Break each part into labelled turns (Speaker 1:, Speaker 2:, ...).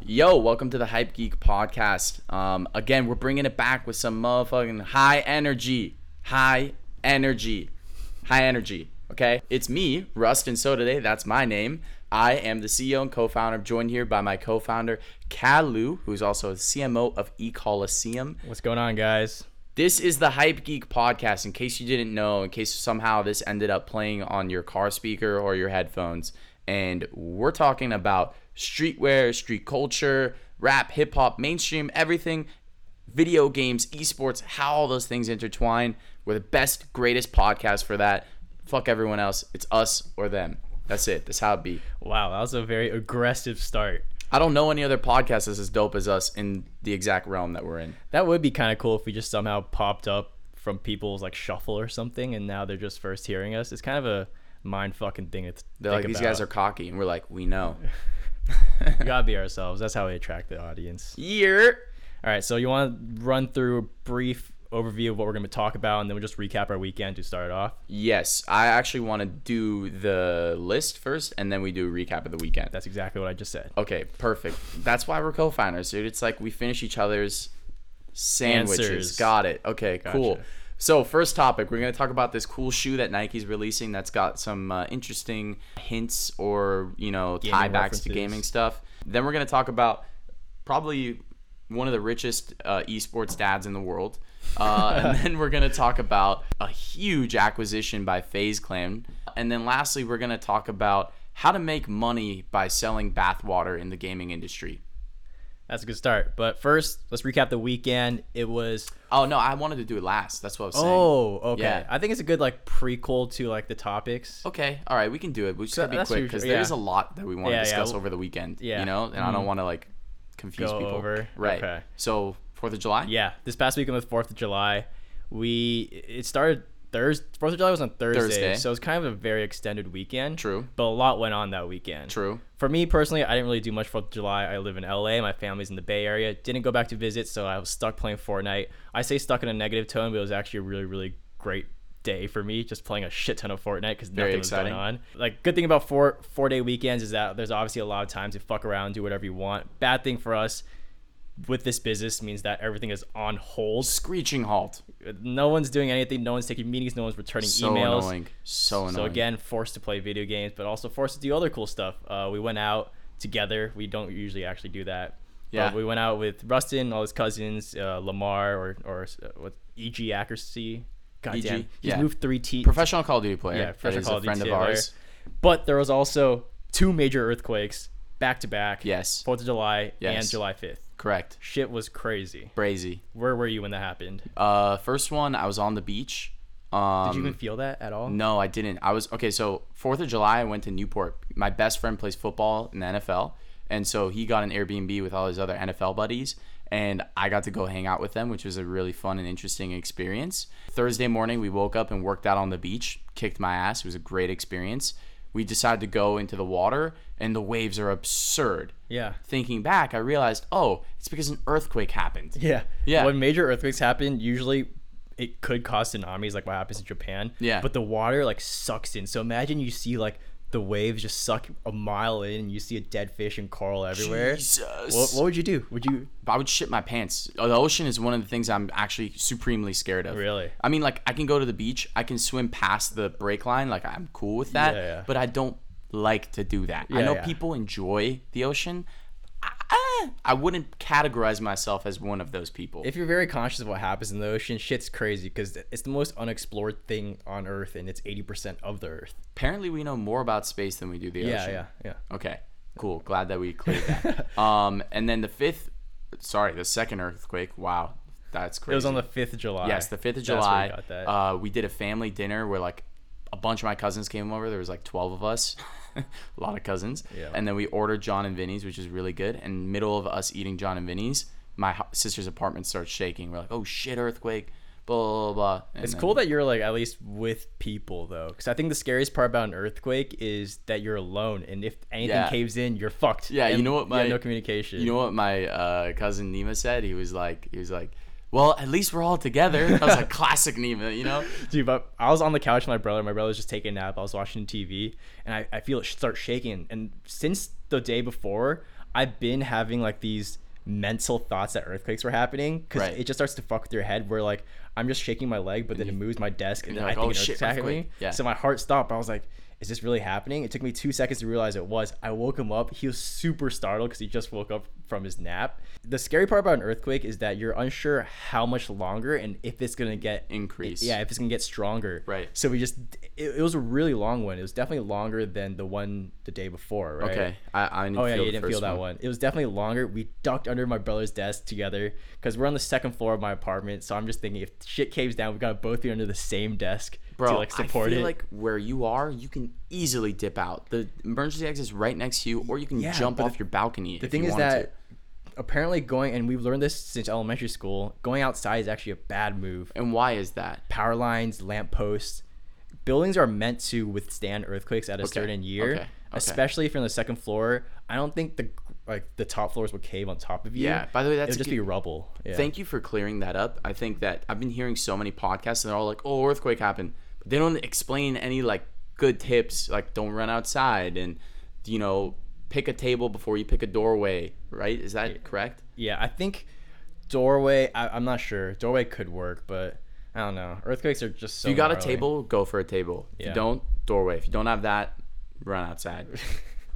Speaker 1: Yo, welcome to the Hype Geek Podcast. Um, again, we're bringing it back with some motherfucking high energy, high energy, high energy. Okay, it's me, Rust, and so today that's my name. I am the CEO and co-founder. I'm joined here by my co-founder Kalu, who's also a CMO of eColiseum.
Speaker 2: What's going on, guys?
Speaker 1: This is the Hype Geek podcast. In case you didn't know, in case somehow this ended up playing on your car speaker or your headphones, and we're talking about streetwear, street culture, rap, hip hop, mainstream, everything, video games, esports, how all those things intertwine. We're the best, greatest podcast for that. Fuck everyone else. It's us or them. That's it. That's how it be.
Speaker 2: Wow, that was a very aggressive start.
Speaker 1: I don't know any other podcast that's as dope as us in the exact realm that we're in.
Speaker 2: That would be kind of cool if we just somehow popped up from people's like shuffle or something, and now they're just first hearing us. It's kind of a mind fucking thing. It's
Speaker 1: They're like, these guys are cocky. And we're like, we know.
Speaker 2: We gotta be ourselves. That's how we attract the audience.
Speaker 1: Year.
Speaker 2: All right, so you want to run through a brief overview of what we're gonna talk about, and then we'll just recap our weekend to start it off.
Speaker 1: Yes, I actually want to do the list first, and then we do a recap of the weekend.
Speaker 2: That's exactly what I just said.
Speaker 1: okay, perfect. That's why we're co-founders, dude. It's like we finish each other's sandwiches.
Speaker 2: Answers.
Speaker 1: Got it. Okay, cool.
Speaker 2: Gotcha.
Speaker 1: So first topic, we're gonna talk about this cool shoe that Nike's releasing that's got some uh, interesting hints or you know tiebacks to
Speaker 2: references.
Speaker 1: gaming stuff. Then we're gonna talk about probably one of the richest uh, esports dads in the world. Uh, and then we're going to talk about a huge acquisition by Phase Clan. And then lastly, we're going to talk about how to make money by selling bathwater in the gaming industry.
Speaker 2: That's a good start. But first, let's recap the weekend. It was
Speaker 1: Oh, no, I wanted to do it last. That's what I was saying.
Speaker 2: oh okay.
Speaker 1: Yeah.
Speaker 2: I think it's a good like prequel to like the topics.
Speaker 1: Okay. All right. We can do it. We just got to be
Speaker 2: that's
Speaker 1: quick
Speaker 2: usual-
Speaker 1: because there
Speaker 2: yeah.
Speaker 1: is a lot that we want to
Speaker 2: Yeah, yeah,
Speaker 1: discuss
Speaker 2: we'll-
Speaker 1: over the weekend.
Speaker 2: yeah. Mm-hmm.
Speaker 1: You know, and I don't want to like confuse
Speaker 2: Go
Speaker 1: people.
Speaker 2: over.
Speaker 1: Right.
Speaker 2: Okay.
Speaker 1: So, 4th of July?
Speaker 2: Yeah, this past weekend was Fourth of July. We it started Thursday. Fourth of July was on Thursday,
Speaker 1: Thursday.
Speaker 2: so it was kind of a very extended weekend.
Speaker 1: True.
Speaker 2: but a lot went on that weekend.
Speaker 1: True.
Speaker 2: For me personally, I didn't really do much Fourth of July. I live in LA. My family's in the Bay Area. Didn't go back to visit, so I was stuck playing Fortnite. I say stuck in a negative tone, but it was actually a really, really great day for me just playing a shit ton of Fortnite because
Speaker 1: Very
Speaker 2: nothing was going
Speaker 1: exciting.
Speaker 2: on. Like good thing about four four day weekends is that there's obviously a lot of time to fuck around, do whatever you want. Bad thing for us with this business means that everything is on hold.
Speaker 1: Screeching halt.
Speaker 2: No one's doing anything. No one's taking meetings. No one's returning
Speaker 1: So
Speaker 2: emails.
Speaker 1: annoying. So annoying.
Speaker 2: So again, forced to play video games, but also forced to do other cool stuff. Uh, we went out together. We don't usually actually do that.
Speaker 1: Yeah.
Speaker 2: But we went out with Rustin, all his cousins, uh, Lamar, or or uh, what EG Accuracy. God
Speaker 1: EG,
Speaker 2: damn, he's
Speaker 1: E yeah.
Speaker 2: moved three T.
Speaker 1: professional Call of Duty player.
Speaker 2: yeah,
Speaker 1: that
Speaker 2: professional
Speaker 1: is
Speaker 2: Call
Speaker 1: a
Speaker 2: of
Speaker 1: friend
Speaker 2: Duty
Speaker 1: of
Speaker 2: player.
Speaker 1: ours.
Speaker 2: But there was also two major earthquakes back to back.
Speaker 1: Yes.
Speaker 2: Fourth of July
Speaker 1: Yes.
Speaker 2: and July fifth.
Speaker 1: Correct.
Speaker 2: Shit was crazy.
Speaker 1: Brazy.
Speaker 2: Where were you when that happened?
Speaker 1: Uh, first one, I was on the beach. Um,
Speaker 2: Did you even feel that at all?
Speaker 1: No, I didn't. I was okay. So Fourth of July, I went to Newport. My best friend plays football in the NFL, and so he got an Airbnb with all his other NFL buddies, and I got to go hang out with them, which was a really fun and interesting experience. Thursday morning, we woke up and worked out on the beach. Kicked my ass. It was a great experience. We decided to go into the water, and the waves are absurd.
Speaker 2: Yeah.
Speaker 1: Thinking back, I realized, oh, it's because an earthquake happened.
Speaker 2: Yeah.
Speaker 1: Yeah.
Speaker 2: When major earthquakes happen, usually it could cause tsunamis, like what happens in Japan.
Speaker 1: Yeah.
Speaker 2: But the water like sucks in. So imagine you see like the waves just suck a mile in, and you see a dead fish and coral everywhere.
Speaker 1: Jesus.
Speaker 2: What, what would you do? Would you?
Speaker 1: I would shit my pants. Uh, The ocean is one of the things I'm actually supremely scared of.
Speaker 2: Really?
Speaker 1: I mean, like I can go to the beach, I can swim past the break line, like I'm cool with that.
Speaker 2: Yeah, yeah.
Speaker 1: But I don't like to do that. I
Speaker 2: Yeah,
Speaker 1: know
Speaker 2: yeah.
Speaker 1: people enjoy the ocean. I, I- I wouldn't categorize myself as one of those people.
Speaker 2: If you're very conscious of what happens in the ocean, shit's crazy because it's the most unexplored thing on Earth, and it's eighty percent of the Earth.
Speaker 1: Apparently, we know more about space than we do the
Speaker 2: Yeah,
Speaker 1: ocean.
Speaker 2: yeah, yeah.
Speaker 1: Okay, cool. Glad that we cleared that. um, and then the fifth, sorry, the second earthquake. Wow, that's crazy.
Speaker 2: It was on the fifth of July.
Speaker 1: Yes, the fifth of
Speaker 2: That's where
Speaker 1: July.
Speaker 2: we got that.
Speaker 1: Uh, we did a family dinner where like a bunch of my cousins came over. There was like twelve of us, a lot of cousins.
Speaker 2: Yeah.
Speaker 1: And then we ordered John and Vinny's, which is really good. And middle of us eating John and Vinny's, my ho- sister's apartment starts shaking. We're like, oh shit, earthquake, blah blah blah. And
Speaker 2: It's
Speaker 1: then-
Speaker 2: cool that you're like at least with people though, because I think the scariest part about an earthquake is that you're alone, and if anything
Speaker 1: Yeah.
Speaker 2: caves in, you're fucked.
Speaker 1: Yeah, you
Speaker 2: And
Speaker 1: know what
Speaker 2: have
Speaker 1: my-
Speaker 2: no communication.
Speaker 1: You know what my uh, cousin Nima said? He was like, he was like, well, at least we're all together. I was like, classic Nima, you know.
Speaker 2: dude. But I was on the couch with my brother. My brother was just taking a nap. I was watching TV, and I, I feel it start shaking. And since the day before, I've been having like these mental thoughts that earthquakes were happening because
Speaker 1: Right.
Speaker 2: it just starts to fuck with your head where like I'm just shaking my leg, but then it moves my desk and,
Speaker 1: you're
Speaker 2: then
Speaker 1: like,
Speaker 2: I think
Speaker 1: "Oh,
Speaker 2: an
Speaker 1: shit,
Speaker 2: earthquake's happening.
Speaker 1: earthquake." Yeah.
Speaker 2: So my heart stopped. I was like, is this really happening? It took me two seconds to realize it was. I woke him up. He was super startled because he just woke up from his nap. The scary part about an earthquake is that you're unsure how much longer and if it's gonna get
Speaker 1: Increase.
Speaker 2: Yeah, if it's gonna get stronger.
Speaker 1: Right.
Speaker 2: So we just it, it was a really long one. It was definitely longer than the one the day before. Right.
Speaker 1: Okay. I, I didn't
Speaker 2: Oh yeah,
Speaker 1: feel
Speaker 2: you
Speaker 1: the
Speaker 2: didn't feel
Speaker 1: first
Speaker 2: that one. It was definitely longer. We ducked under my brother's desk together because we're on the second floor of my apartment. So I'm just thinking, if shit caves down, we gotta both be under the same desk
Speaker 1: Bro,
Speaker 2: to like support
Speaker 1: I feel
Speaker 2: it.
Speaker 1: like where you are, you can easily dip out. The emergency exit is right next to you, or you can
Speaker 2: Yeah,
Speaker 1: jump
Speaker 2: but
Speaker 1: off your balcony.
Speaker 2: the thing is that apparently going and we've learned this since elementary school. Going outside is actually a bad move.
Speaker 1: and why is that?
Speaker 2: Power lines, lamp posts, buildings are meant to withstand earthquakes at a certain year,
Speaker 1: okay, okay.
Speaker 2: especially if you're on the second floor. I don't think the like the top floors would cave on top of you.
Speaker 1: Yeah, by the way, that's
Speaker 2: it'll
Speaker 1: a
Speaker 2: just
Speaker 1: good-
Speaker 2: be rubble. Yeah.
Speaker 1: Thank you for clearing that up. I think that I've been hearing so many podcasts and they're all like, "Oh, earthquake happened," but they don't explain any like good tips, like don't run outside and you know pick a table before you pick a doorway. Right? Is that correct?
Speaker 2: Yeah, I think doorway. I, I'm not sure. Doorway could work, but I don't know. Earthquakes are just so.
Speaker 1: If you got a
Speaker 2: gnarly.
Speaker 1: table, go for a table. If
Speaker 2: Yeah.
Speaker 1: you don't, doorway. If you don't have that, run outside.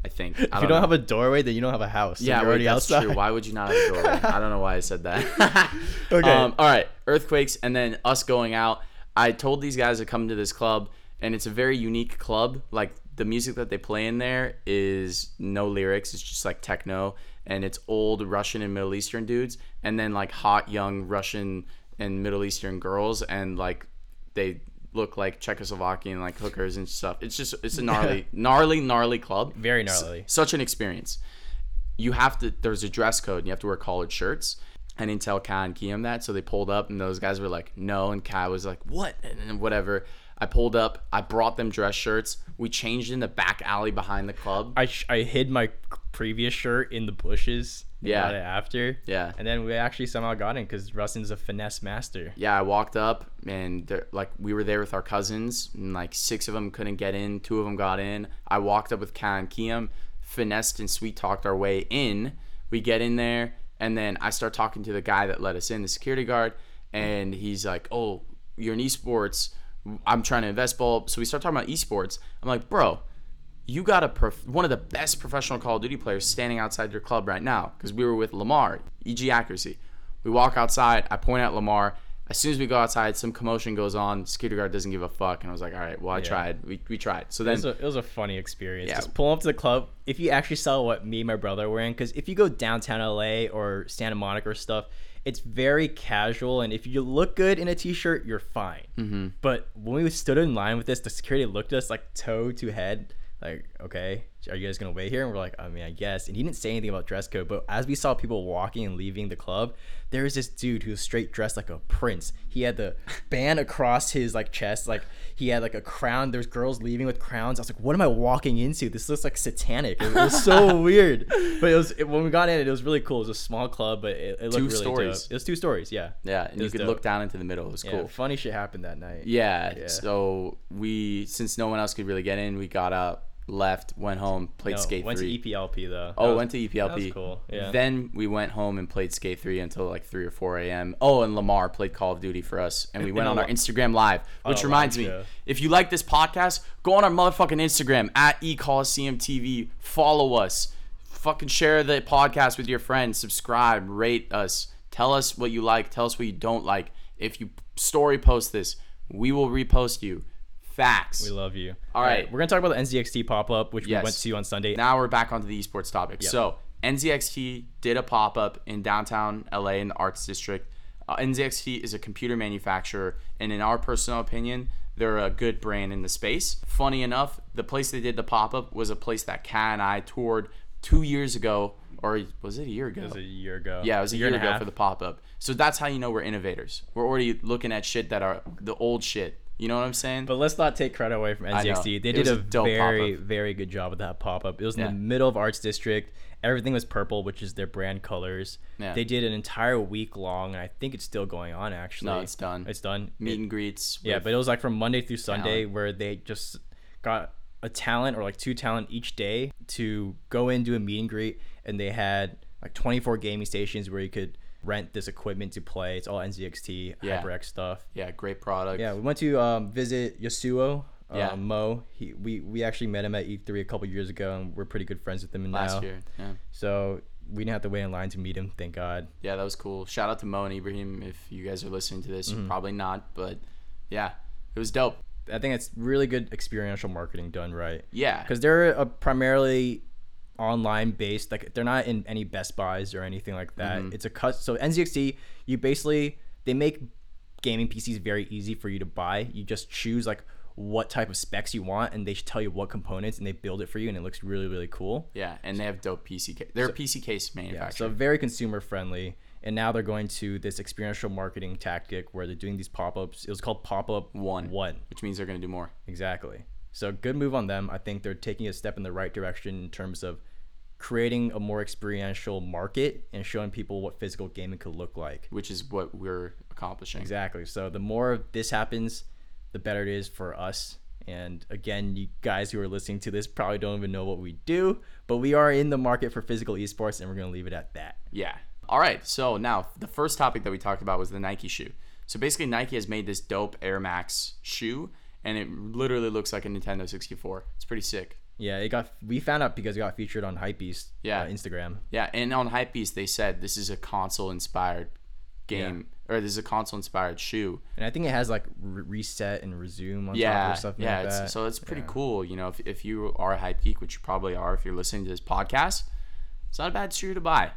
Speaker 1: I think. I
Speaker 2: If you don't
Speaker 1: know.
Speaker 2: have a doorway, then you don't have a house. so
Speaker 1: yeah,
Speaker 2: you're
Speaker 1: wait,
Speaker 2: already
Speaker 1: that's
Speaker 2: outside.
Speaker 1: true. Why would you not have a doorway? I don't know why I said that.
Speaker 2: Okay.
Speaker 1: Um, all right, earthquakes, and then us going out. I told these guys to come to this club, and it's a very unique club. Like the music that they play in there is no lyrics; it's just like techno, and it's old Russian and Middle Eastern dudes, and then like hot young Russian and Middle Eastern girls, and like they look like Czechoslovakian like hookers and stuff. It's just it's a gnarly, gnarly, gnarly club.
Speaker 2: Very
Speaker 1: S-
Speaker 2: gnarly.
Speaker 1: such an experience you have to there's a dress code and you have to wear collared shirts and intel kai and Kiam that so they pulled up and those guys were like no and kai was like what and, and whatever i pulled up i brought them dress shirts we changed in the back alley behind the club
Speaker 2: I, sh- I hid my previous shirt in the bushes. and
Speaker 1: Yeah.
Speaker 2: Got it after.
Speaker 1: Yeah.
Speaker 2: And then we actually somehow got in because Rustin's a finesse master.
Speaker 1: yeah i walked up and they're- like we were there with our cousins and like six of them couldn't get in two of them got in i walked up with kai and Kiam, finessed and sweet talked our way in we get in there and then i start talking to the guy that let us in the security guard and he's like oh you're in esports i'm trying to invest ball so we start talking about esports i'm like bro you got a prof- one of the best professional Call of Duty players standing outside your club right now because we were with Lamar, EG Accuracy. We walk outside. I point at Lamar. As soon as we go outside, some commotion goes on. Security guard doesn't give a fuck, and I was like, "All right, well, I tried. We, we tried." So
Speaker 2: It
Speaker 1: then,
Speaker 2: was, a, it was a funny experience.
Speaker 1: Yeah.
Speaker 2: Just pulling up to the club. If you actually saw what me and my brother were in, because if you go downtown LA or Santa Monica or stuff, it's very casual. And if you look good in a t shirt, you're fine. Mm-hmm. But when we stood in line with this, the security looked at us like toe to head, like, okay, are you guys going to wait here? And we're like, I mean, I guess. And he didn't say anything about dress code. But as we saw people walking and leaving the club, there was this dude who was straight dressed like a prince. He had the band across his like chest, like he had like a crown. There's girls leaving with crowns. I was like, what am I walking into? This looks like satanic. It was so weird. But it was it, when we got in, it was really cool. It was a small club, but it, it looked
Speaker 1: Two
Speaker 2: really
Speaker 1: stories.
Speaker 2: dope. It was two stories, yeah.
Speaker 1: yeah, and you
Speaker 2: was
Speaker 1: could
Speaker 2: dope.
Speaker 1: look down into the middle. It was
Speaker 2: Yeah,
Speaker 1: cool.
Speaker 2: Funny shit happened that night.
Speaker 1: Yeah,
Speaker 2: Yeah.
Speaker 1: So we, since no one else could really get in, we got up, left, went home, played
Speaker 2: No, E
Speaker 1: Skate
Speaker 2: went
Speaker 1: Three.
Speaker 2: to EPLP though.
Speaker 1: Oh,
Speaker 2: That was-
Speaker 1: went to EPLP.
Speaker 2: that was cool, yeah.
Speaker 1: Then we went home and played Skate 3 until like 3 or 4 a.m. Oh, and Lamar played Call of Duty for us. And we went
Speaker 2: a
Speaker 1: on our
Speaker 2: lo-
Speaker 1: Instagram Live, which
Speaker 2: live
Speaker 1: reminds me
Speaker 2: show.
Speaker 1: if you like this podcast, go on our motherfucking Instagram at E eColiseumTV. Follow us. Fucking share the podcast with your friends. Subscribe, rate us. Tell us what you like. Tell us what you don't like. If you story post this, we will repost you. Facts.
Speaker 2: We love you.
Speaker 1: All right.
Speaker 2: We're going to talk about the NZXT pop up, which
Speaker 1: Yes.
Speaker 2: we went to on Sunday.
Speaker 1: now we're back onto the esports topic. So NZXT did a pop up in downtown LA in the Arts District. Uh, NZXT is a computer manufacturer, and in our personal opinion, they're a good brand in the space. Funny enough, the place they did the pop up was a place that Kat and I toured two years ago, or was it a year ago?
Speaker 2: It was a year ago.
Speaker 1: Yeah, it was a year,
Speaker 2: and
Speaker 1: ago
Speaker 2: half.
Speaker 1: for the pop up. So that's how you know we're innovators. We're already looking at shit that are the old shit. You know what I'm saying?
Speaker 2: But let's not take credit away from
Speaker 1: know.
Speaker 2: NZXT. They
Speaker 1: It
Speaker 2: did
Speaker 1: was
Speaker 2: a,
Speaker 1: a dope
Speaker 2: very,
Speaker 1: pop-up.
Speaker 2: very good job with that pop up. It was in
Speaker 1: Yeah.
Speaker 2: the middle of Arts District. Everything was purple, which is their brand colors.
Speaker 1: Yeah.
Speaker 2: They did an entire week long, and I think it's still going on. Actually,
Speaker 1: No, it's done.
Speaker 2: It's done.
Speaker 1: Meet and greets.
Speaker 2: yeah,
Speaker 1: with-
Speaker 2: but it was like from Monday through Sunday where they just got a talent or like two talent each day to go in do a meet and greet, and they had like 24 gaming stations where you could rent this equipment to play. It's all NZXT
Speaker 1: Yeah.
Speaker 2: HyperX stuff.
Speaker 1: Yeah, great product.
Speaker 2: Yeah, we went to um, visit Yasuo. Uh,
Speaker 1: Yeah.
Speaker 2: Mo. He, we we actually met him at E3 a couple years ago, and we're pretty good friends with him now.
Speaker 1: last year. Yeah.
Speaker 2: So we didn't have to wait in line to meet him. Thank God.
Speaker 1: yeah, that was cool. Shout out to Mo and Ibrahim if you guys are listening to this.
Speaker 2: Mm-hmm.
Speaker 1: You're probably not, but yeah, it was dope.
Speaker 2: I think it's really good experiential marketing done right.
Speaker 1: Yeah,
Speaker 2: because they're a primarily online based like they're not in any best buys or anything like that it's a cut so nzxt you basically they make gaming pcs very easy for you to buy you just choose like what type of specs you want and they should tell you what components and they build it for you and it looks really really cool
Speaker 1: yeah, and they have dope PC. Ca- they're a PC case
Speaker 2: yeah, so
Speaker 1: manufacturer.
Speaker 2: very consumer friendly and now they're going to this experiential marketing tactic where they're doing these pop-ups it was called pop-up
Speaker 1: One.
Speaker 2: one
Speaker 1: which means they're gonna do more.
Speaker 2: Exactly. So good move on them. I think they're taking a step in the right direction in terms of creating a more experiential market and showing people what physical gaming could look like.
Speaker 1: which is what we're accomplishing.
Speaker 2: Exactly. So the more of this happens, the better it is for us. And again, you guys who are listening to this probably don't even know what we do, but we are in the market for physical esports and we're going to leave it at that.
Speaker 1: Yeah. All right. So now the first topic that we talked about was the Nike shoe. So basically, Nike has made this dope Air Max shoe, and it literally looks like a Nintendo 64. It's pretty sick.
Speaker 2: Yeah, it got we found out because it got featured on Hypebeast
Speaker 1: Yeah.
Speaker 2: uh, Instagram.
Speaker 1: Yeah. And on Hypebeast, they said this is a console inspired game, or this is a console inspired shoe.
Speaker 2: And I think it has like re- reset and resume on top
Speaker 1: Yeah.
Speaker 2: or something
Speaker 1: Yeah.
Speaker 2: like that.
Speaker 1: it's, so it's pretty cool. You know, if, if you are a hype geek, which you probably are if you're listening to this podcast, it's not a bad shoe to buy.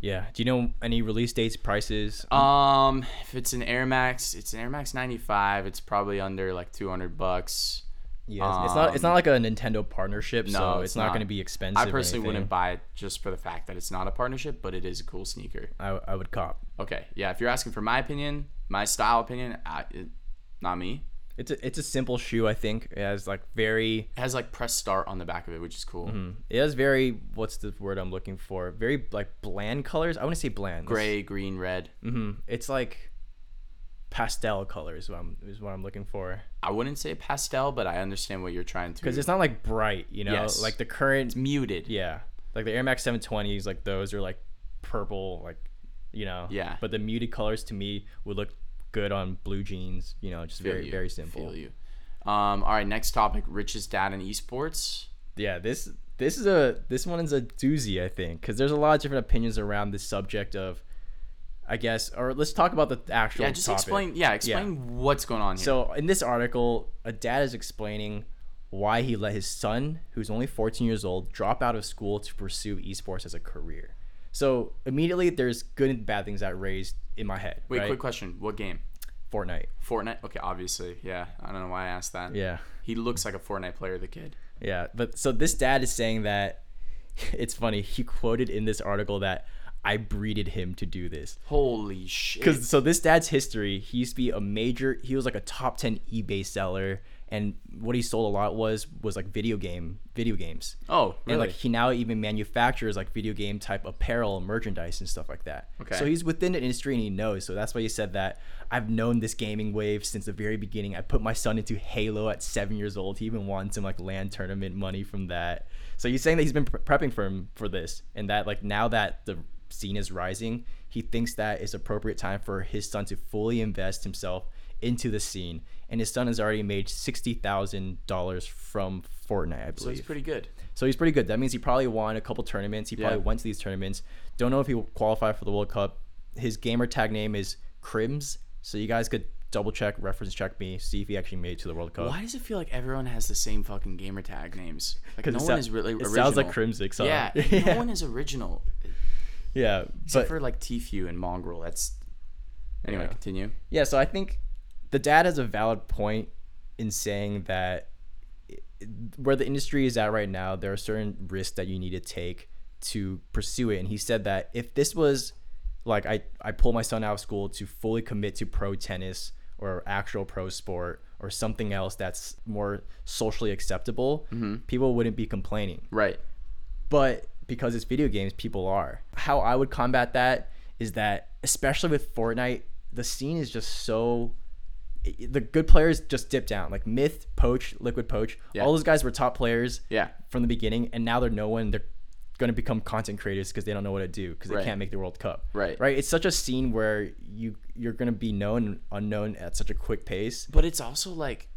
Speaker 2: Yeah. Do you know any release dates, prices?
Speaker 1: Um, if it's an Air Max, it's an Air Max 95. It's probably under like 200 bucks.
Speaker 2: yeah, it's, it's not. It's not like a Nintendo partnership, so
Speaker 1: no,
Speaker 2: Um, it's,
Speaker 1: it's
Speaker 2: not,
Speaker 1: not.
Speaker 2: going to be expensive.
Speaker 1: I
Speaker 2: or
Speaker 1: personally
Speaker 2: anything.
Speaker 1: wouldn't buy it just for the fact that it's not a partnership, but it is a cool sneaker.
Speaker 2: I, I would cop.
Speaker 1: Okay, yeah. If you're asking for my opinion, my style opinion, I, it, not me.
Speaker 2: It's a, it's a simple shoe. I think it has like very.
Speaker 1: It has like press start on the back of it, which is cool.
Speaker 2: It has very. What's the word I'm looking for? Very like bland colors. I want to say bland. That's-
Speaker 1: Gray, green, red.
Speaker 2: Mm-hmm. It's like pastel colors. What I'm, is what I'm looking for.
Speaker 1: I wouldn't say pastel, but I understand what you're trying to.
Speaker 2: Because it's not like bright. You know,
Speaker 1: Yes.
Speaker 2: like the current.
Speaker 1: muted.
Speaker 2: Yeah. Like the Air Max 720s, like those are like purple, like, you know.
Speaker 1: Yeah.
Speaker 2: But the muted colors to me would look good on blue jeans, you know, just
Speaker 1: Feel
Speaker 2: very,
Speaker 1: you,
Speaker 2: very simple.
Speaker 1: Feel you. Um, all right, next topic: richest dad in esports.
Speaker 2: Yeah. This, this is a, this one is a doozy, I think, because there's a lot of different opinions around this subject of, I guess, or let's talk about the actual.
Speaker 1: Yeah, just
Speaker 2: topic.
Speaker 1: explain. Yeah, explain what's going on here.
Speaker 2: So in this article, a dad is explaining why he let his son, who's only 14 years old, drop out of school to pursue esports as a career. So immediately, there's good and bad things that raised in my head.
Speaker 1: Wait,
Speaker 2: right?
Speaker 1: quick question. What game?
Speaker 2: Fortnite.
Speaker 1: Fortnite? Okay, obviously. Yeah. I don't know why I asked that.
Speaker 2: Yeah,
Speaker 1: He looks like a Fortnite player, the kid.
Speaker 2: yeah. But so this dad is saying that it's funny. He quoted in this article that I breeded him to do this.
Speaker 1: Holy shit.
Speaker 2: because so this dad's history he used to be a major he was like a top 10 ebay seller and what he sold a lot was was like video game video games
Speaker 1: Oh,
Speaker 2: and like
Speaker 1: really?
Speaker 2: he now even manufactures like video game type apparel and merchandise and stuff like that
Speaker 1: Okay.
Speaker 2: so he's within the industry and he knows so that's why he said that i've known this gaming wave since the very beginning i put my son into halo at seven years old he even won some like land tournament money from that so he's saying that he's been pre- prepping for him for this and that like now that the scene is rising he thinks that it's appropriate time for his son to fully invest himself into the scene and his son has already made $60000 from fortnite i believe
Speaker 1: so he's pretty good.
Speaker 2: so he's pretty good. That means he probably won a couple tournaments. He probably
Speaker 1: Yeah.
Speaker 2: went to these tournaments. Don't know if he qualified for the World Cup. His gamer tag name is Crims. So you guys could double check, reference check me, see if he actually made it to the World Cup.
Speaker 1: Why does it feel like everyone has the same fucking gamer tag names? Like no
Speaker 2: it
Speaker 1: one
Speaker 2: sou-
Speaker 1: is really
Speaker 2: it
Speaker 1: original.
Speaker 2: sounds like Crimsic. Song.
Speaker 1: Yeah,
Speaker 2: yeah.
Speaker 1: no one is original
Speaker 2: yeah.
Speaker 1: except
Speaker 2: But
Speaker 1: for like Tfue and Mongrel. That's anyway.
Speaker 2: Yeah.
Speaker 1: Continue.
Speaker 2: yeah, so I think the dad has a valid point in saying that it- where the industry is at right now, there are certain risks that you need to take to pursue it. And he said that if this was like I, I pull my son out of school to fully commit to pro tennis or actual pro sport or something else that's more socially acceptable, people wouldn't be complaining
Speaker 1: Right.
Speaker 2: but because it's video games, people are. How I would combat that is that, especially with Fortnite, the scene is just so the good players just dipped down. Like Myth, Poach, Liquid Poach,
Speaker 1: Yeah.
Speaker 2: all those guys were top players
Speaker 1: Yeah.
Speaker 2: from the beginning, and now they're no one. They're going to become content creators because they don't know what to do because they
Speaker 1: Right.
Speaker 2: can't make the World Cup.
Speaker 1: Right.
Speaker 2: Right. It's such a scene where you you're going to be known and unknown at such a quick pace.
Speaker 1: But it's also like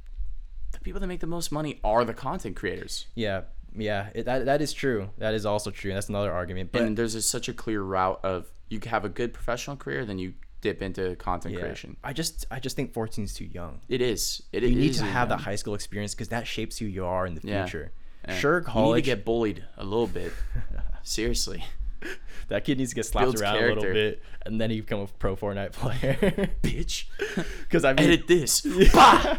Speaker 1: the people that make the most money are the content creators.
Speaker 2: Yeah. Yeah. It, that that is true. That is also true. That's another argument. But
Speaker 1: and there's just such a clear route of you have a good professional career, then you dip into content
Speaker 2: yeah,
Speaker 1: creation.
Speaker 2: I just I just think 14 is too young.
Speaker 1: It is. It
Speaker 2: You need to have that high school experience because that shapes who you are in the
Speaker 1: Yeah.
Speaker 2: future. Sure,
Speaker 1: You need to
Speaker 2: college.
Speaker 1: get bullied a little bit. Seriously.
Speaker 2: that kid needs to get slapped
Speaker 1: builds
Speaker 2: around a
Speaker 1: character.
Speaker 2: little bit, and then he become a pro Fortnite player.
Speaker 1: Bitch.
Speaker 2: Because I mean,
Speaker 1: Edit this. Bah!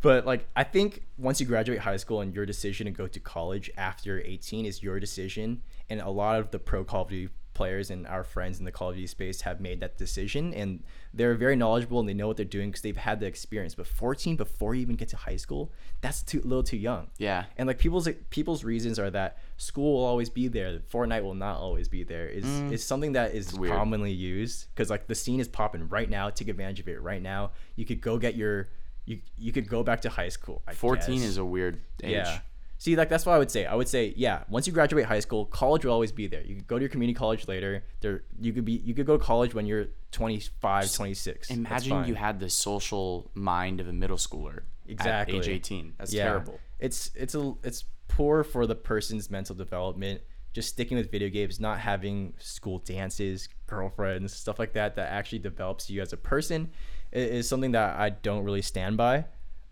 Speaker 2: but like I think once you graduate high school and your decision to go to college after you're 18 is your decision, and a lot of the pro Call of Duty players and our friends in the Call of Duty space have made that decision, and they're very knowledgeable and they know what they're doing because they've had the experience. But 14 before you even get to high school, that's too a little too young.
Speaker 1: Yeah.
Speaker 2: And like people's people's reasons are that school will always be there, Fortnite will not always be there. Is
Speaker 1: Mm.
Speaker 2: is something that is
Speaker 1: weird.
Speaker 2: commonly used because like the scene is popping right now. Take advantage of it right now. You could go get your you you could go back to high school. I
Speaker 1: 14
Speaker 2: guess.
Speaker 1: is a weird age.
Speaker 2: yeah. See, like that's what I would say. I would say, yeah. Once you graduate high school, college will always be there. You could go to your community college later. There, you could be, you could go to college when you're 25, 26. That's
Speaker 1: Imagine
Speaker 2: fine.
Speaker 1: you had the social mind of a middle schooler at age
Speaker 2: Exactly.
Speaker 1: 18. That's
Speaker 2: Yeah.
Speaker 1: terrible.
Speaker 2: It's it's a it's poor for the person's mental development. Just sticking with video games, not having school dances, girlfriends, stuff like that, that actually develops you as a person, i- is something that I don't really stand by.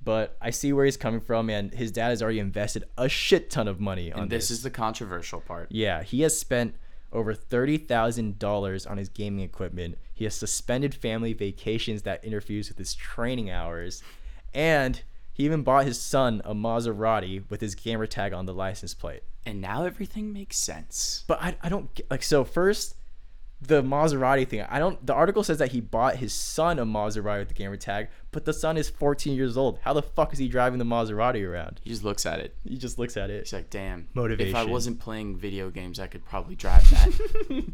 Speaker 2: But I see where he's coming from, and his dad has already invested a shit ton of money on
Speaker 1: This is the controversial part.
Speaker 2: yeah, he has spent over $30,000 on his gaming equipment. He has suspended family vacations that interferes with his training hours. And he even bought his son a Maserati with his gamer tag on the license plate.
Speaker 1: And now everything makes sense.
Speaker 2: But I, I don't get, like, so first, the Maserati thing. I don't, the article says that he bought his son a Maserati with the gamer tag, but the son is 14 years old. How the fuck is he driving the Maserati around?
Speaker 1: He just looks at it.
Speaker 2: He just looks at it.
Speaker 1: He's like, damn. If I
Speaker 2: Motivation.
Speaker 1: wasn't playing video games, I could probably drive that.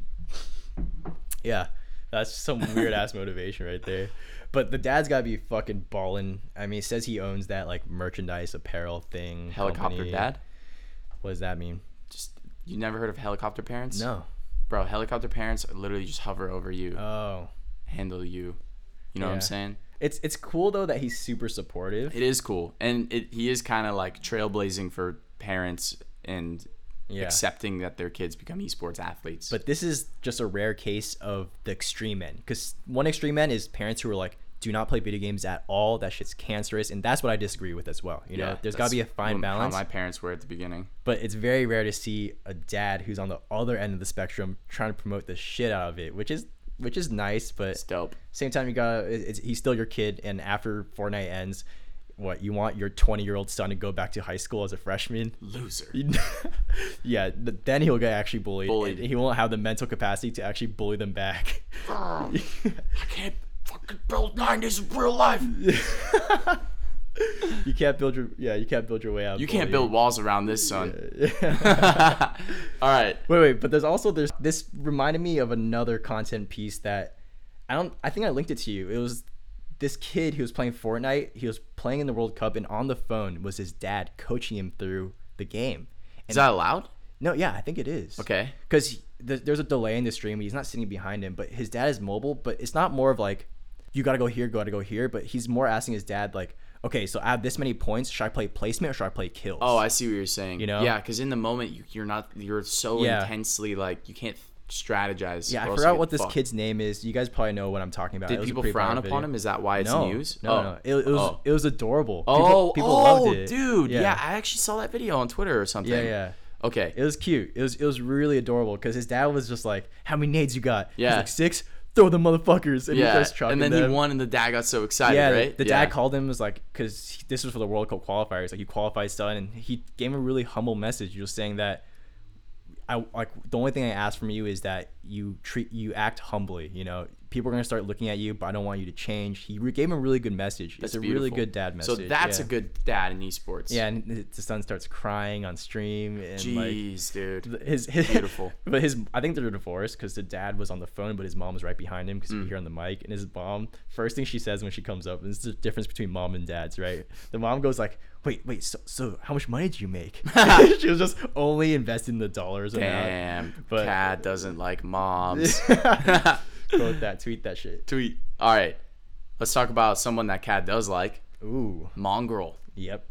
Speaker 2: Yeah, that's some weird ass motivation right there. But the dad's gotta be fucking ballin'. I mean, it says he owns that like merchandise apparel thing.
Speaker 1: Helicopter
Speaker 2: company.
Speaker 1: dad?
Speaker 2: What does that mean?
Speaker 1: Just you never heard of helicopter parents?
Speaker 2: No.
Speaker 1: Bro, helicopter parents literally just hover over you,
Speaker 2: Oh,
Speaker 1: handle you. You know what
Speaker 2: yeah.
Speaker 1: I'm saying?
Speaker 2: it's it's cool though that he's super supportive.
Speaker 1: It is cool. And it, he is kind of like trailblazing for parents and
Speaker 2: Yeah.
Speaker 1: accepting that their kids become esports athletes.
Speaker 2: But this is just a rare case of the extreme end. Because one extreme end is parents who are like, do not play video games at all. That shit's cancerous. And that's what I disagree with as well. You know, there's got to
Speaker 1: that's
Speaker 2: be a fine
Speaker 1: how
Speaker 2: balance.
Speaker 1: my parents were at the beginning.
Speaker 2: but it's very rare to see a dad who's on the other end of the spectrum trying to promote the shit out of it, which is which is nice, but
Speaker 1: It's dope.
Speaker 2: same time you got it's, he's still your kid, and after Fortnite ends, what you want your 20 year old son to go back to high school as a freshman?
Speaker 1: Loser.
Speaker 2: yeah, th- then he'll get actually bullied.
Speaker 1: Bullied.
Speaker 2: and He won't have the mental capacity to actually bully them back.
Speaker 1: I can't fucking build 90s in real life.
Speaker 2: you can't build your yeah, you can't build your way out. of
Speaker 1: You can't
Speaker 2: bullying.
Speaker 1: build walls around this, son. All right.
Speaker 2: Wait, wait, but there's also there's this reminded me of another content piece that I don't I think I linked it to you. It was this kid who was playing Fortnite, he was playing in the World Cup and on the phone was his dad coaching him through the game.
Speaker 1: Is that allowed?
Speaker 2: No, yeah, I think it is.
Speaker 1: Okay.
Speaker 2: Cuz there's a delay in the stream, he's not sitting behind him, but his dad is mobile, but it's not more of like you got to go here, got to go here, but he's more asking his dad like, "Okay, so I have this many points, should I play placement or should I play kills?"
Speaker 1: Oh, I see what you're saying. You
Speaker 2: know?
Speaker 1: yeah, because in the moment you, you're not, you're so
Speaker 2: Yeah.
Speaker 1: intensely like you can't strategize.
Speaker 2: Yeah,
Speaker 1: or
Speaker 2: I
Speaker 1: else you
Speaker 2: forgot
Speaker 1: get
Speaker 2: what this
Speaker 1: fucked.
Speaker 2: kid's name is. You guys probably know what I'm talking about. It
Speaker 1: Did
Speaker 2: was a
Speaker 1: people
Speaker 2: pretty
Speaker 1: frown
Speaker 2: viral
Speaker 1: upon
Speaker 2: video.
Speaker 1: him? Is that why it's
Speaker 2: No,
Speaker 1: news?
Speaker 2: no,
Speaker 1: oh.
Speaker 2: no. It, it was
Speaker 1: Oh.
Speaker 2: it was adorable. People,
Speaker 1: oh,
Speaker 2: people
Speaker 1: oh,
Speaker 2: loved it,
Speaker 1: dude. Yeah.
Speaker 2: yeah,
Speaker 1: I actually saw that video on Twitter or something.
Speaker 2: yeah, yeah.
Speaker 1: Okay.
Speaker 2: It was cute. It was it was really adorable because his dad was just like, "How many nades you got?" He's
Speaker 1: Yeah.
Speaker 2: like six. Throw the motherfuckers. And he
Speaker 1: yeah.
Speaker 2: starts
Speaker 1: And
Speaker 2: chucking
Speaker 1: then
Speaker 2: them.
Speaker 1: he won, and the dad got so excited,
Speaker 2: Yeah, the-
Speaker 1: right?
Speaker 2: the,
Speaker 1: Yeah.
Speaker 2: dad called him was like, because this was for the World Cup qualifiers. Like he qualified son, and he gave him a really humble message, just saying that I like the only thing I ask from you is that you treat you act humbly. You know, people are gonna start looking at you, but I don't want you to change. He re- gave him a really good message.
Speaker 1: That's
Speaker 2: it's a really
Speaker 1: beautiful.
Speaker 2: good dad message.
Speaker 1: So that's
Speaker 2: yeah.
Speaker 1: a good dad in esports.
Speaker 2: Yeah, and his- the son starts crying on stream, and like
Speaker 1: Jeez, dude.
Speaker 2: th- his, his
Speaker 1: Beautiful.
Speaker 2: but his I think they're divorced because the dad was on the phone, but his mom was right behind him because you hear on the mic. And his mom, first thing she says when she comes up, and this is the difference between mom and dads, right? The mom goes like, "Wait, wait, so, so how much money did you make?" she was just only investing the dollars. amount.
Speaker 1: Damn.
Speaker 2: But-
Speaker 1: Cat doesn't like moms.
Speaker 2: Quote that, tweet that shit.
Speaker 1: Tweet. All right. Let's talk about someone that Cat does like.
Speaker 2: Ooh,
Speaker 1: Mongrel.
Speaker 2: yep.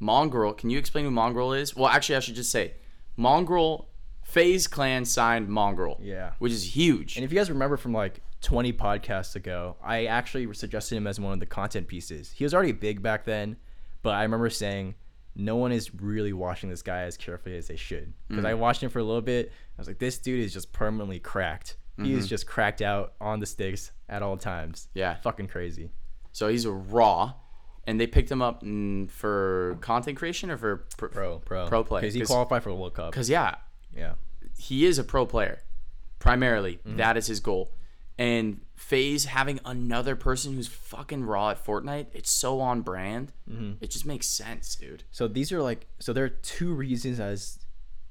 Speaker 1: Mongrel. Can you explain who Mongrel is? Well, actually, I should just say Mongrel, FaZe Clan signed Mongrel.
Speaker 2: Yeah.
Speaker 1: Which is huge.
Speaker 2: And if you guys remember from like 20 podcasts ago, I actually suggested him as one of the content pieces. He was already big back then, but I remember saying no one is really watching this guy as carefully as they should.
Speaker 1: Mm.
Speaker 2: Because I watched him for a little bit. I was like, this dude is just permanently cracked. He is just cracked out on the sticks at all times.
Speaker 1: Mm-hmm. Yeah.
Speaker 2: Fucking crazy.
Speaker 1: So he's a raw. And they picked him up mm, for content creation or for pro,
Speaker 2: Pro, pro.
Speaker 1: Pro play,
Speaker 2: Because he
Speaker 1: 'cause-
Speaker 2: qualified for the World Cup.
Speaker 1: Because, yeah,
Speaker 2: Yeah.
Speaker 1: he is a pro player primarily.
Speaker 2: Mm-hmm.
Speaker 1: That is his goal. And FaZe having another person who's fucking raw at Fortnite, it's so on brand.
Speaker 2: Mm-hmm.
Speaker 1: It just makes sense, dude.
Speaker 2: So these are like so there are two reasons as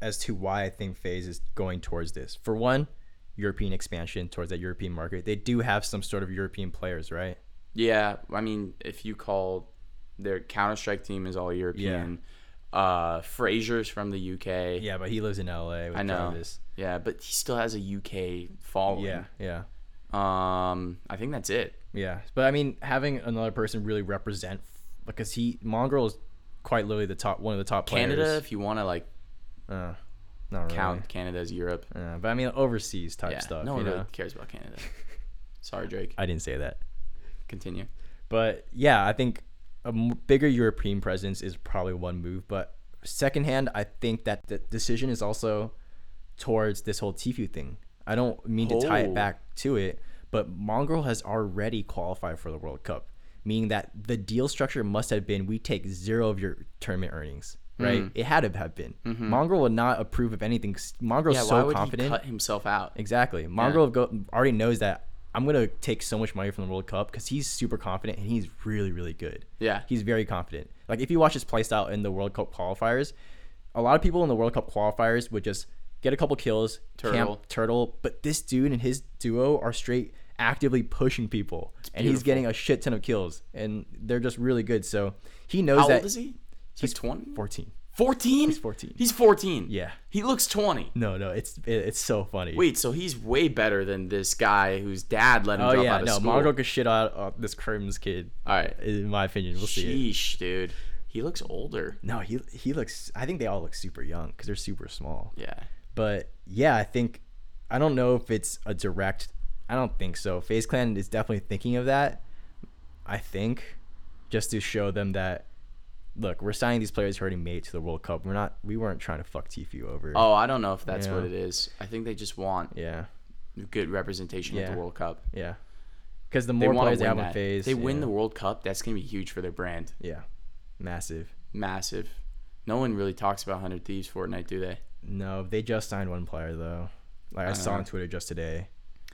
Speaker 2: as to why I think Phase is going towards this. For one, European expansion towards that European market. They do have some sort of European players, right?
Speaker 1: Yeah, I mean, if you call their Counter Strike team is all European. Uh, Frazier's from the UK.
Speaker 2: Yeah, but he lives in LA with
Speaker 1: I know.
Speaker 2: Travis.
Speaker 1: Yeah, but he still has a UK following.
Speaker 2: Yeah, yeah.
Speaker 1: Um, I think that's it.
Speaker 2: Yeah. But I mean having another person really represent because he Mongrel is quite literally the top one of the top
Speaker 1: Canada,
Speaker 2: players.
Speaker 1: if you want to like
Speaker 2: Canada. Uh, not really.
Speaker 1: count Canada as Europe.
Speaker 2: Uh, but I mean overseas type
Speaker 1: Yeah,
Speaker 2: stuff.
Speaker 1: no
Speaker 2: you
Speaker 1: one really
Speaker 2: know?
Speaker 1: cares about Canada. Sorry, Drake.
Speaker 2: I didn't say that.
Speaker 1: Continue.
Speaker 2: But yeah, I think a m- bigger European presence is probably one move. But secondhand, I think that the decision is also towards this whole Tfue thing. I don't mean to tie
Speaker 1: Oh.
Speaker 2: it back to it, but Mongrel has already qualified for the World Cup, meaning that the deal structure must have been we take zero of your tournament earnings.
Speaker 1: Mm.
Speaker 2: Right, it had to have been. Mongrel would not approve of anything. S- Mongrel's
Speaker 1: Mm-hmm. Yeah, why
Speaker 2: so
Speaker 1: would
Speaker 2: confident.
Speaker 1: he cut himself out?
Speaker 2: Exactly. Mongrel go, already knows that I'm gonna take so much money from the World Cup because he's super confident and he's really really good.
Speaker 1: Yeah.
Speaker 2: he's very confident. Like if you watch his playstyle in the World Cup qualifiers, a lot of people in the World Cup qualifiers would just get a couple kills,
Speaker 1: Turtle.
Speaker 2: turtle. But this dude and his duo are straight actively pushing people, and he's
Speaker 1: beautiful.
Speaker 2: getting a shit ton of kills, and they're just really good. So he knows
Speaker 1: How
Speaker 2: that
Speaker 1: old is he? He's 20?
Speaker 2: fourteen.
Speaker 1: 14? He's
Speaker 2: 14.
Speaker 1: He's 14.
Speaker 2: Yeah.
Speaker 1: He looks 20.
Speaker 2: No, no, it's it, it's so funny.
Speaker 1: Wait, so he's way better than this guy whose dad let him
Speaker 2: Oh
Speaker 1: drop
Speaker 2: yeah,
Speaker 1: out of
Speaker 2: no,
Speaker 1: school.
Speaker 2: Mongrel could shit out uh, this Crims kid.
Speaker 1: All right.
Speaker 2: in my opinion. We'll see. It.
Speaker 1: Sheesh, dude. He looks older.
Speaker 2: No, he he looks. I think they all look super young because they're super small.
Speaker 1: Yeah.
Speaker 2: But yeah, I think I don't know if it's a direct. I don't think so. Face Clan is definitely thinking of that. I think just to show them that look, we're signing these players who already made it to the World Cup. We're not. We weren't trying to fuck Tfue over.
Speaker 1: Oh, I don't know if that's
Speaker 2: Yeah.
Speaker 1: what it is. I think they just want
Speaker 2: Yeah,
Speaker 1: good representation at the
Speaker 2: Yeah.
Speaker 1: World Cup.
Speaker 2: yeah. Because the
Speaker 1: They
Speaker 2: more
Speaker 1: want
Speaker 2: players
Speaker 1: to
Speaker 2: they
Speaker 1: win
Speaker 2: have on
Speaker 1: that.
Speaker 2: Phase,
Speaker 1: they win
Speaker 2: yeah,
Speaker 1: the World Cup. That's gonna be huge for their brand.
Speaker 2: yeah, massive.
Speaker 1: Massive. No one really talks about Hundred Thieves Fortnite, do they?
Speaker 2: No, they just signed one player though. Like I, saw on Twitter just today.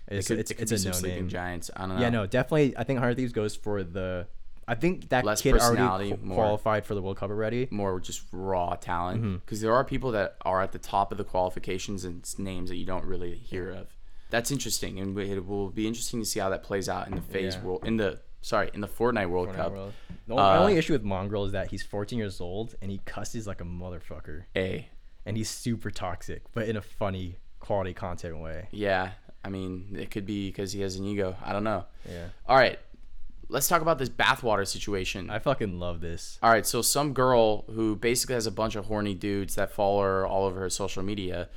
Speaker 2: It's
Speaker 1: Could-
Speaker 2: it's,
Speaker 1: Uh-huh. it could
Speaker 2: it's
Speaker 1: be some
Speaker 2: a no
Speaker 1: sleeping
Speaker 2: name.
Speaker 1: giants. I don't know.
Speaker 2: Yeah, no, definitely. I think Hundred Thieves goes for the. I think that
Speaker 1: Less
Speaker 2: kid already
Speaker 1: personality,
Speaker 2: qu-
Speaker 1: more-
Speaker 2: qualified for the World Cup already.
Speaker 1: more just raw
Speaker 2: Mm-hmm.
Speaker 1: talent because there are people that are at the top of the qualifications and it's names that you don't really hear of. That's interesting, and it will be interesting to see how that plays out in the phase
Speaker 2: Yeah.
Speaker 1: world in the sorry in the Fortnite World Cup. Uh,
Speaker 2: World. The only, my only issue with Mongrel is that he's 14 years old and he cusses like a motherfucker,
Speaker 1: A
Speaker 2: and he's super toxic, but in a funny, quality content way.
Speaker 1: yeah, I mean it could be because he has an ego. I don't know.
Speaker 2: Yeah,
Speaker 1: All right, let's talk about this bathwater situation.
Speaker 2: I fucking love this.
Speaker 1: All right, so some girl who basically has a bunch of horny dudes that follow her all over her social media.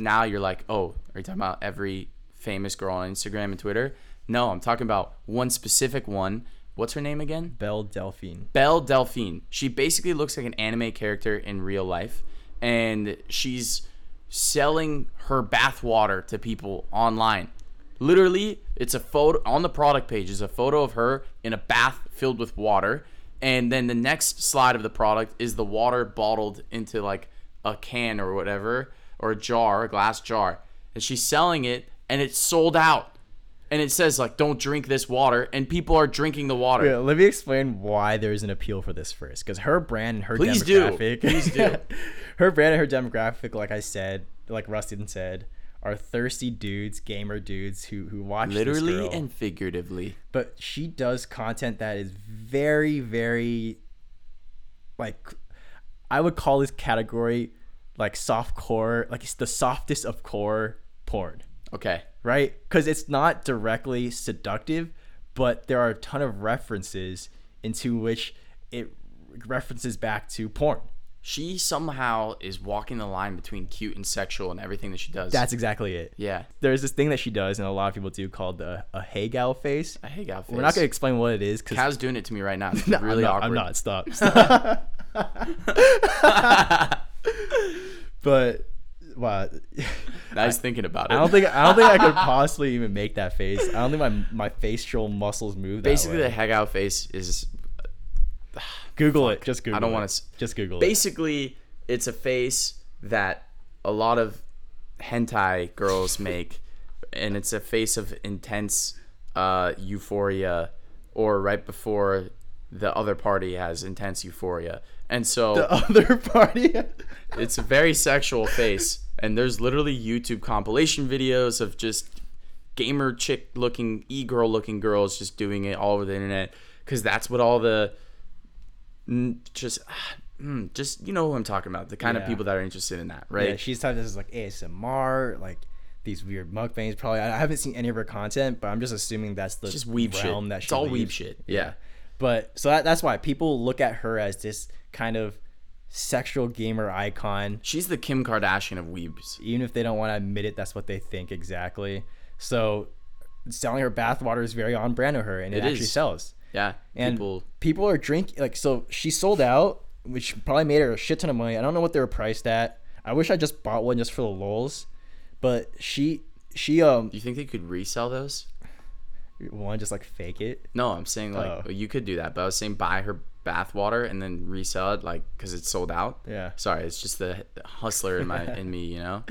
Speaker 1: Now you're like, oh, are you talking about every famous girl on Instagram and Twitter? No, I'm talking about one specific one. What's her name again?
Speaker 2: Belle Delphine.
Speaker 1: Belle Delphine. She basically looks like an anime character in real life, and she's selling her bathwater to people online. Literally, it's a photo on the product page. Is a photo of her in a bath filled with water, and then the next slide of the product is the water bottled into like a can or whatever, or a jar, a glass jar, and she's selling it, and it's sold out. and it says like don't drink this water and people are drinking the water.
Speaker 2: Yeah, let me explain why there's an appeal for this first, because her brand and her
Speaker 1: Please do.
Speaker 2: demographic,
Speaker 1: Please do.
Speaker 2: her brand and her demographic, like I said, like Rustin said, are thirsty dudes, gamer dudes who who watch this
Speaker 1: Literally
Speaker 2: girl.
Speaker 1: and figuratively.
Speaker 2: but she does content that is very, very, like, I would call this category like soft core, like it's the softest of core porn
Speaker 1: Okay.
Speaker 2: right? Because it's not directly seductive, but there are a ton of references into which it references back to porn.
Speaker 1: She somehow is walking the line between cute and sexual and everything that she does.
Speaker 2: That's exactly it.
Speaker 1: yeah.
Speaker 2: There's this thing that she does, and a lot of people do, called the, a hey gal face.
Speaker 1: I hate outfits.
Speaker 2: We're not going to explain what it is because
Speaker 1: Cal's doing it to me right now. It's really
Speaker 2: I'm
Speaker 1: awkward.
Speaker 2: not, I'm not. Stop. Stop. but wow,
Speaker 1: I was thinking about it.
Speaker 2: I don't think I don't think I could possibly even make that face. I don't think my my facial muscles move. That
Speaker 1: Basically,
Speaker 2: way.
Speaker 1: the hang out face is
Speaker 2: Google it. Just Google.
Speaker 1: don't
Speaker 2: it.
Speaker 1: wanna s-
Speaker 2: Just Google it.
Speaker 1: basically it's a face that a lot of hentai girls make, and it's a face of intense uh, euphoria, or right before the other party has intense euphoria, and so
Speaker 2: The other party.
Speaker 1: it's a very sexual face and there's literally youtube compilation videos of just gamer chick looking e-girl looking girls just doing it all over the internet because that's what all the mm, just ah, mm, just you know who i'm talking about the kind of
Speaker 2: Yeah.
Speaker 1: people that are interested in that right
Speaker 2: yeah, she's typed this as like ASMR, like these weird mukbangs. Probably I I haven't seen any of her content, but I'm just assuming that's the
Speaker 1: just weeb
Speaker 2: realm
Speaker 1: shit
Speaker 2: that
Speaker 1: it's
Speaker 2: she
Speaker 1: all weeb
Speaker 2: leaves.
Speaker 1: shit yeah
Speaker 2: But so that, that's why people look at her as this kind of sexual gamer icon,
Speaker 1: she's the kim kardashian of weebs
Speaker 2: even if they don't want to admit it. That's what they think exactly. So selling her bathwater is very on brand of her, and it,
Speaker 1: It
Speaker 2: actually
Speaker 1: is.
Speaker 2: sells.
Speaker 1: yeah
Speaker 2: and
Speaker 1: people
Speaker 2: people, are drinking like so she sold out which probably made her a shit ton of money i don't know what they were priced at i wish i just bought one just for the lulz but she she um
Speaker 1: do you think they could resell those
Speaker 2: one just like fake it
Speaker 1: no i'm saying like
Speaker 2: Oh.
Speaker 1: you could do that but i was saying buy her bathwater and then resell it like because it's sold out
Speaker 2: yeah
Speaker 1: Sorry, it's just the hustler in my in me, you know.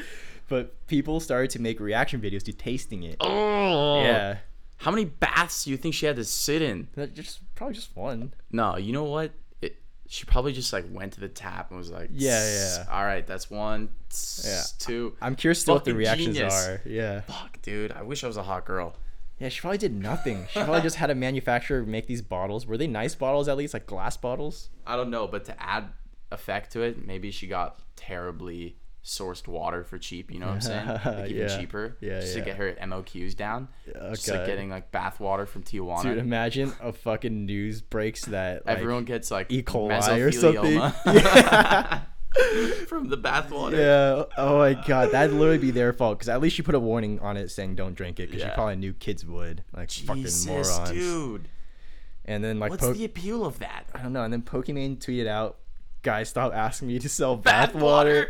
Speaker 2: but people started to make reaction videos to tasting it
Speaker 1: Oh.
Speaker 2: yeah
Speaker 1: How many baths do you think she had to sit in?
Speaker 2: That just probably just one
Speaker 1: No, you know what? It, she probably just like went to the tap and was like,
Speaker 2: Yeah,
Speaker 1: "Tss,
Speaker 2: yeah.
Speaker 1: All right, that's one, tss,
Speaker 2: Yeah.
Speaker 1: two.
Speaker 2: i'm curious to what the
Speaker 1: Fucking
Speaker 2: reactions
Speaker 1: genius.
Speaker 2: are yeah
Speaker 1: Fuck, dude. I wish I was a hot girl.
Speaker 2: yeah she probably did nothing she probably just had a manufacturer make these bottles were they nice bottles at least like glass bottles
Speaker 1: I don't know, but to add effect to it, maybe she got terribly sourced water for cheap. You know what I'm saying? Like even
Speaker 2: Yeah.
Speaker 1: cheaper,
Speaker 2: Yeah,
Speaker 1: just
Speaker 2: yeah.
Speaker 1: to get her MOQs down. Just like
Speaker 2: okay.
Speaker 1: getting like bath water from Tijuana.
Speaker 2: dude imagine a fucking news breaks that like,
Speaker 1: Everyone gets like
Speaker 2: E. coli or something.
Speaker 1: mesothelioma. from the bathwater.
Speaker 2: Yeah. Oh my god, that'd literally be their fault because at least she put a warning on it saying don't drink it because
Speaker 1: Yeah.
Speaker 2: she probably knew kids would like
Speaker 1: Jesus,
Speaker 2: fucking morons.
Speaker 1: dude.
Speaker 2: And then like
Speaker 1: What's
Speaker 2: po-
Speaker 1: the appeal of that?
Speaker 2: I don't know. And then Pokimane tweeted out, "Guys, stop asking me to sell
Speaker 1: Bath
Speaker 2: bathwater."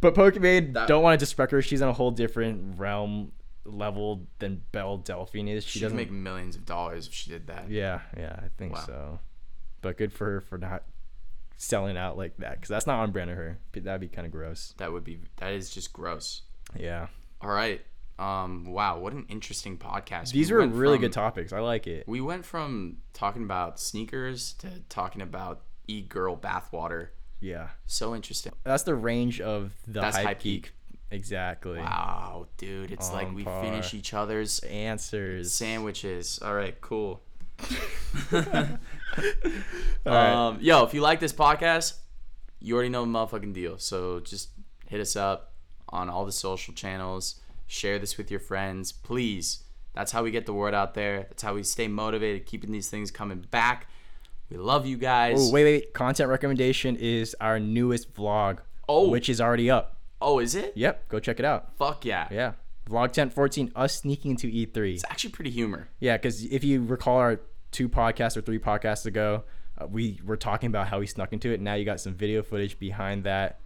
Speaker 2: but Pokimane
Speaker 1: That-
Speaker 2: don't want to disrespect her. She's on a whole different realm level than Belle Delphine is. She
Speaker 1: She'd
Speaker 2: doesn't.
Speaker 1: make millions of dollars if she did that.
Speaker 2: yeah, yeah, I think
Speaker 1: Wow.
Speaker 2: so. But good for her for not selling out like that because that's not on brand of her. That'd be kind of gross.
Speaker 1: That would be that is just gross.
Speaker 2: Yeah.
Speaker 1: All right. Um wow, what an interesting podcast.
Speaker 2: These
Speaker 1: We
Speaker 2: were
Speaker 1: went
Speaker 2: really
Speaker 1: from-
Speaker 2: good topics. I like it.
Speaker 1: We went from talking about sneakers to talking about e-girl bathwater.
Speaker 2: Yeah.
Speaker 1: So interesting.
Speaker 2: That's the range of the
Speaker 1: That's
Speaker 2: hype,
Speaker 1: hype
Speaker 2: geek.
Speaker 1: geek.
Speaker 2: Exactly.
Speaker 1: Wow, dude, it's like
Speaker 2: On
Speaker 1: we
Speaker 2: par.
Speaker 1: finish each other's
Speaker 2: Answers.
Speaker 1: sandwiches. All right, cool.
Speaker 2: All right.
Speaker 1: Um, yo, if you like this podcast, you already know the motherfucking deal. So just hit us up on all the social channels. Share this with your friends, please. That's how we get the word out there. That's how we stay motivated, keeping these things coming back. We love you guys.
Speaker 2: oh, wait, wait. Content recommendation is our newest vlog,
Speaker 1: Oh.
Speaker 2: which is already up.
Speaker 1: Oh, is it?
Speaker 2: Yep. Go check it out.
Speaker 1: Fuck yeah.
Speaker 2: Yeah. Vlog 1014, us sneaking into E3.
Speaker 1: It's actually pretty humor.
Speaker 2: Yeah, because if you recall our two podcasts or three podcasts ago, uh, we were talking about how we snuck into it. Now you got some video footage behind that.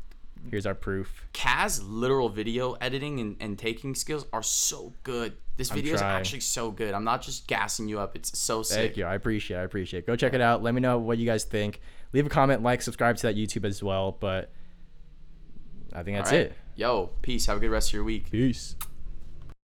Speaker 2: Here's our proof.
Speaker 1: Kaz literal video editing and, and taking skills are so good. This video is
Speaker 2: trying.
Speaker 1: actually so good. I'm not just gassing you up. It's so sick.
Speaker 2: Thank you. I appreciate it. I appreciate it. Go check it out. Let me know what you guys think. Leave a comment, like, subscribe to that YouTube as well. But I think that's
Speaker 1: All right.
Speaker 2: it.
Speaker 1: Yo, peace. Have a good rest of your week.
Speaker 2: Peace.